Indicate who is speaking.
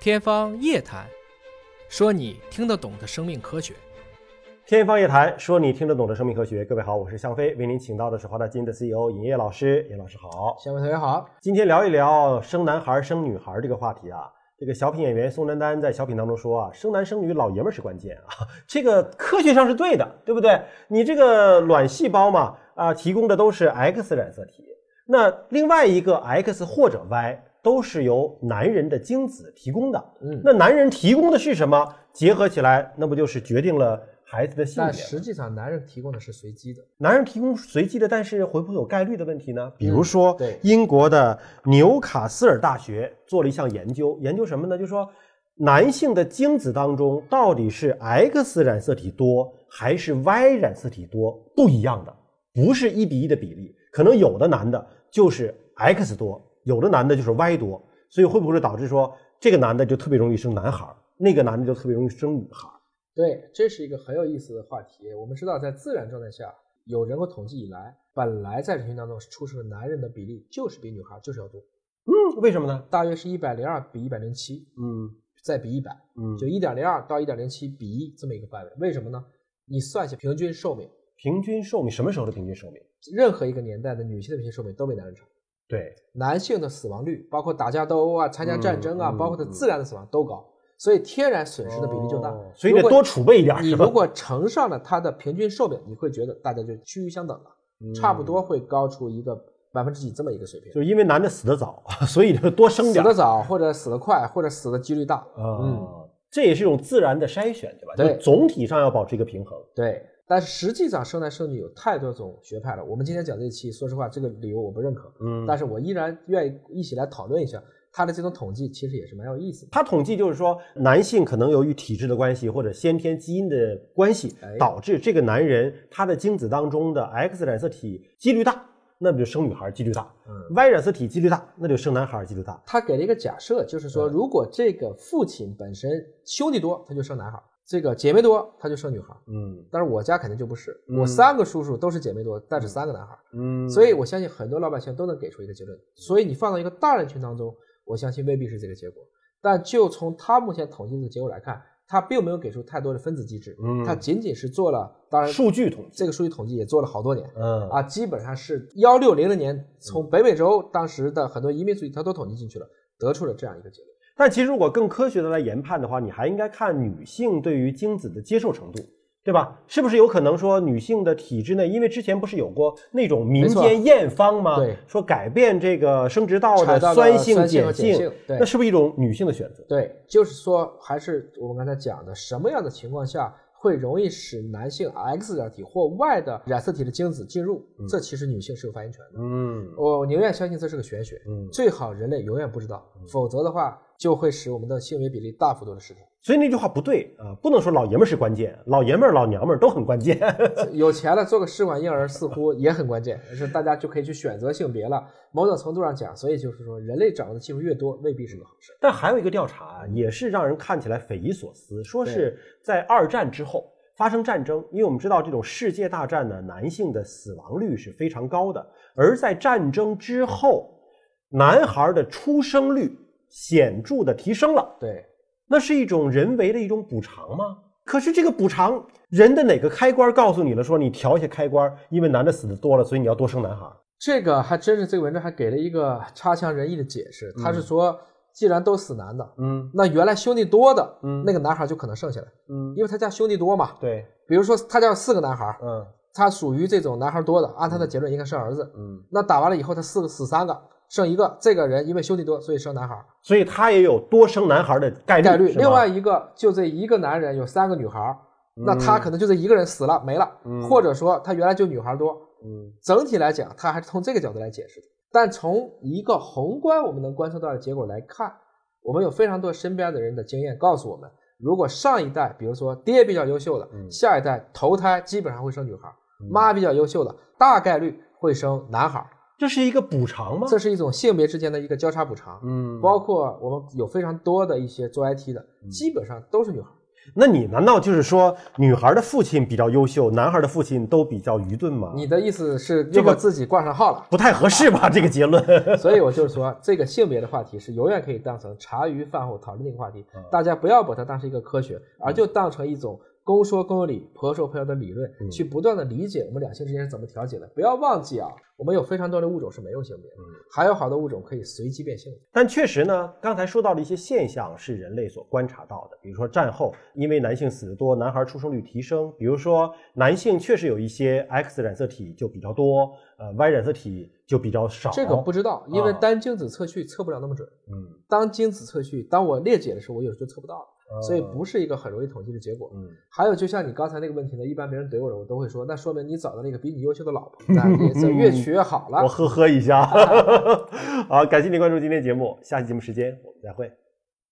Speaker 1: 天方夜谭，说你听得懂的生命科学。
Speaker 2: 天方夜谭，说你听得懂的生命科学。各位好，我是向飞，为您请到的是华大基因的 CEO 尹烨老师。尹老师好，
Speaker 3: 小位同学好，
Speaker 2: 今天聊一聊生男孩生女孩这个话题啊。这个小品演员宋丹丹在小品当中说啊，生男生女老爷们儿是关键啊， 这个科学上是对的，对不对？你这个卵细胞嘛，啊、提供的都是 X 染色体，那另外一个 X 或者 Y 都是由男人的精子提供的。
Speaker 3: 嗯
Speaker 2: 那男人提供的是什么？结合起来，那不就是决定了孩子的性
Speaker 3: 但
Speaker 2: 别吗？
Speaker 3: 实际上男人提供的是随机的，
Speaker 2: 男人提供随机的，但是会不会有概率的问题呢？比如说，
Speaker 3: 对
Speaker 2: 英国的纽卡斯尔大学做了一项研究，研究什么呢？就说男性的精子当中到底是 X 染色体多还是 Y 染色体多，不一样的，不是一比一的比例，可能有的男的就是 X 多，有的男的就是 Y 多，所以会不会导致说这个男的就特别容易生男孩儿，那个男的就特别容易生女孩儿？
Speaker 3: 对，这是一个很有意思的话题。我们知道，在自然状态下，有人口统计以来，本来在人群当中出生的男人的比例就是比女孩就是要多，
Speaker 2: 嗯，为什么呢？
Speaker 3: 大约是一百零二比一百零七，
Speaker 2: 嗯
Speaker 3: 再比一百，
Speaker 2: 嗯，
Speaker 3: 就一点零二到一点零七比一这么一个范围。为什么呢？你算下平均寿命，
Speaker 2: 平均寿命什么时候的平均寿命？
Speaker 3: 任何一个年代的女性的平均寿命都比男人长。
Speaker 2: 对，
Speaker 3: 男性的死亡率，包括打架斗殴啊、参加战争啊，
Speaker 2: 嗯嗯
Speaker 3: 包括他自然的死亡都高，所以天然损失的比例就大。
Speaker 2: 哦所以得多储备一点儿
Speaker 3: 如果你
Speaker 2: 是吧
Speaker 3: 如果乘上了他的平均寿命，你会觉得大家就趋于相等了，差不多会高出一个百分之几这么一个水平。
Speaker 2: 嗯就是因为男的死得早， 所以就多生
Speaker 3: 死
Speaker 2: 点
Speaker 3: 得
Speaker 2: 儿。
Speaker 3: 早，或者死得快，或者死的几率大。嗯，
Speaker 2: 嗯，这也是一种自然的筛选，对吧？
Speaker 3: 对
Speaker 2: 就总体上要保持一个平衡。
Speaker 3: 对。但是实际上，生男生女有太多种学派了。我们今天讲这一期，说实话，这个理由我不认可，
Speaker 2: 嗯
Speaker 3: 但是我依然愿意一起来讨论一下他的这种统计，其实也是蛮有意思的。
Speaker 2: 他统计就是说，男性可能由于体质的关系或者先天基因的关系
Speaker 3: 哎，
Speaker 2: 导致这个男人他的精子当中的 X 染色体几率大，那么就生女孩几率大
Speaker 3: 嗯
Speaker 2: ；Y 染色体几率大，那就生男孩几率大。
Speaker 3: 他给了一个假设，就是
Speaker 2: 嗯
Speaker 3: 说，如果这个父亲本身兄弟多，他就生男孩儿；这个姐妹多，他就生女孩儿。
Speaker 2: 嗯
Speaker 3: 但是我家肯定就不是，
Speaker 2: 嗯
Speaker 3: 我三个叔叔都是姐妹多，但是三个男孩儿，
Speaker 2: 嗯
Speaker 3: 所以我相信很多老百姓都能给出一个结论。所以你放到一个大人群当中，我相信未必是这个结果。但就从他目前统计的结果来看，他并没有给出太多的分子机制，
Speaker 2: 嗯
Speaker 3: 他仅仅是做了，当然
Speaker 2: 数据统计，
Speaker 3: 这个数据统计也做了好多年，
Speaker 2: 嗯
Speaker 3: 啊，基本上是幺六零零年从北美洲当时的很多移民数据，它都统计进去了，得出了这样一个结论。
Speaker 2: 但其实如果更科学的来研判的话，你还应该看女性对于精子的接受程度，对吧？是不是有可能说女性的体制内，因为之前不是有过那种民
Speaker 3: 没错
Speaker 2: 间验方吗？
Speaker 3: 对
Speaker 2: 说改变这个生殖道的
Speaker 3: 产道的
Speaker 2: 酸性、
Speaker 3: 酸性和
Speaker 2: 碱
Speaker 3: 碱性对
Speaker 2: 那是不是一种女性的选择？
Speaker 3: 对，就是说，还是我们刚才讲的，什么样的情况下会容易使男性 X 染体或 Y 的染色体的精子进入？这其实女性是有发言权的。
Speaker 2: 嗯
Speaker 3: 我宁愿相信这是个玄学，
Speaker 2: 嗯，
Speaker 3: 最好人类永远不知道，否则的话就会使我们的性别比例大幅度的失调。
Speaker 2: 所以那句话不对啊，不能说老爷们儿是关键，老爷们儿、老娘们儿都很关键。
Speaker 3: 有钱了做个试管婴儿似乎也很关键，是大家就可以去选择性别了。某种程度上讲，所以就是说，人类掌握的技术越多，未必是个好事。
Speaker 2: 但还有一个调查啊，也是让人看起来匪夷所思，说是在二战之后发生战争，因为我们知道这种世界大战呢，男性的死亡率是非常高的，而在战争之后，男孩的出生率显著的提升了，
Speaker 3: 对，
Speaker 2: 那是一种人为的一种补偿吗？可是这个补偿，人的哪个开关告诉你了，说你调一下开关，因为男的死的多了，所以你要多生男孩？
Speaker 3: 这个还真是这个文章还给了一个差强人意的解释，他是说，既然都死男的，
Speaker 2: 嗯
Speaker 3: 那原来兄弟多的、
Speaker 2: 嗯
Speaker 3: 那个男孩就可能剩下来，
Speaker 2: 嗯，
Speaker 3: 因为他家兄弟多嘛。
Speaker 2: 对，
Speaker 3: 比如说他家有四个男孩，
Speaker 2: 嗯
Speaker 3: 他属于这种男孩多的，按他的结论应该生儿子。
Speaker 2: 嗯，
Speaker 3: 那打完了以后，他四个死三个，剩一个，这个人因为兄弟多，所以生男孩。
Speaker 2: 所以他也有多生男孩的概率。
Speaker 3: 概率。
Speaker 2: 是吧
Speaker 3: 另外一个，就这一个男人有三个女孩儿，
Speaker 2: 嗯
Speaker 3: 那他可能就这一个人死了没了，或者说他原来就女孩儿多。
Speaker 2: 嗯
Speaker 3: 整体来讲，他还是从这个角度来解释的。但从一个宏观我们能观测到的结果来看，我们有非常多身边的人的经验告诉我们，如果上一代，比如说爹比较优秀的，
Speaker 2: 嗯
Speaker 3: 下一代投胎基本上会生女孩儿；妈比较优秀的，大概率会生男孩儿。
Speaker 2: 这是一个补偿吗？
Speaker 3: 这是一种性别之间的一个交叉补偿。
Speaker 2: 嗯
Speaker 3: 包括我们有非常多的一些做 IT 的，基本上都是女孩儿。
Speaker 2: 那你难道就是说女孩的父亲比较优秀，男孩的父亲都比较愚钝吗？
Speaker 3: 你的意思是
Speaker 2: 这
Speaker 3: 又
Speaker 2: 个
Speaker 3: 把自己挂上号了？
Speaker 2: 不太合适吧？这个结论。
Speaker 3: 所以我就是说，这个性别的话题是永远可以当成茶余饭后讨论的一个话题，
Speaker 2: 嗯
Speaker 3: 大家不要把它当成一个科学，而就当成一种公说公有理、婆说婆有的理论，
Speaker 2: 嗯
Speaker 3: 去不断的理解我们两性之间是怎么调节的。不要忘记啊，我们有非常多的物种是没有性
Speaker 2: 嗯
Speaker 3: 别的，还有好多物种可以随机变性的。
Speaker 2: 但确实呢，刚才说到的一些现象是人类所观察到的，比如说战后，因为男性死得多，男孩出生率提升；比如说男性确实有一些 X 染色体就比较多，呃，Y 染色体就比较少。
Speaker 3: 这个不知道，因为
Speaker 2: 啊
Speaker 3: 单精子测序测不了那么准。
Speaker 2: 嗯，
Speaker 3: 当精子测序，当我列解的时候，我有时候就测不到了，
Speaker 2: 呃
Speaker 3: 所以不是一个很容易统计的结果。
Speaker 2: 嗯，
Speaker 3: 还有，就像你刚才那个问题呢，一般别人怼我了，我都会说，那说明你找到那个比你优秀的老婆，那你这越娶越好了。
Speaker 2: 我呵呵一下。好，感谢您关注今天节目，下期节目时间我们再会。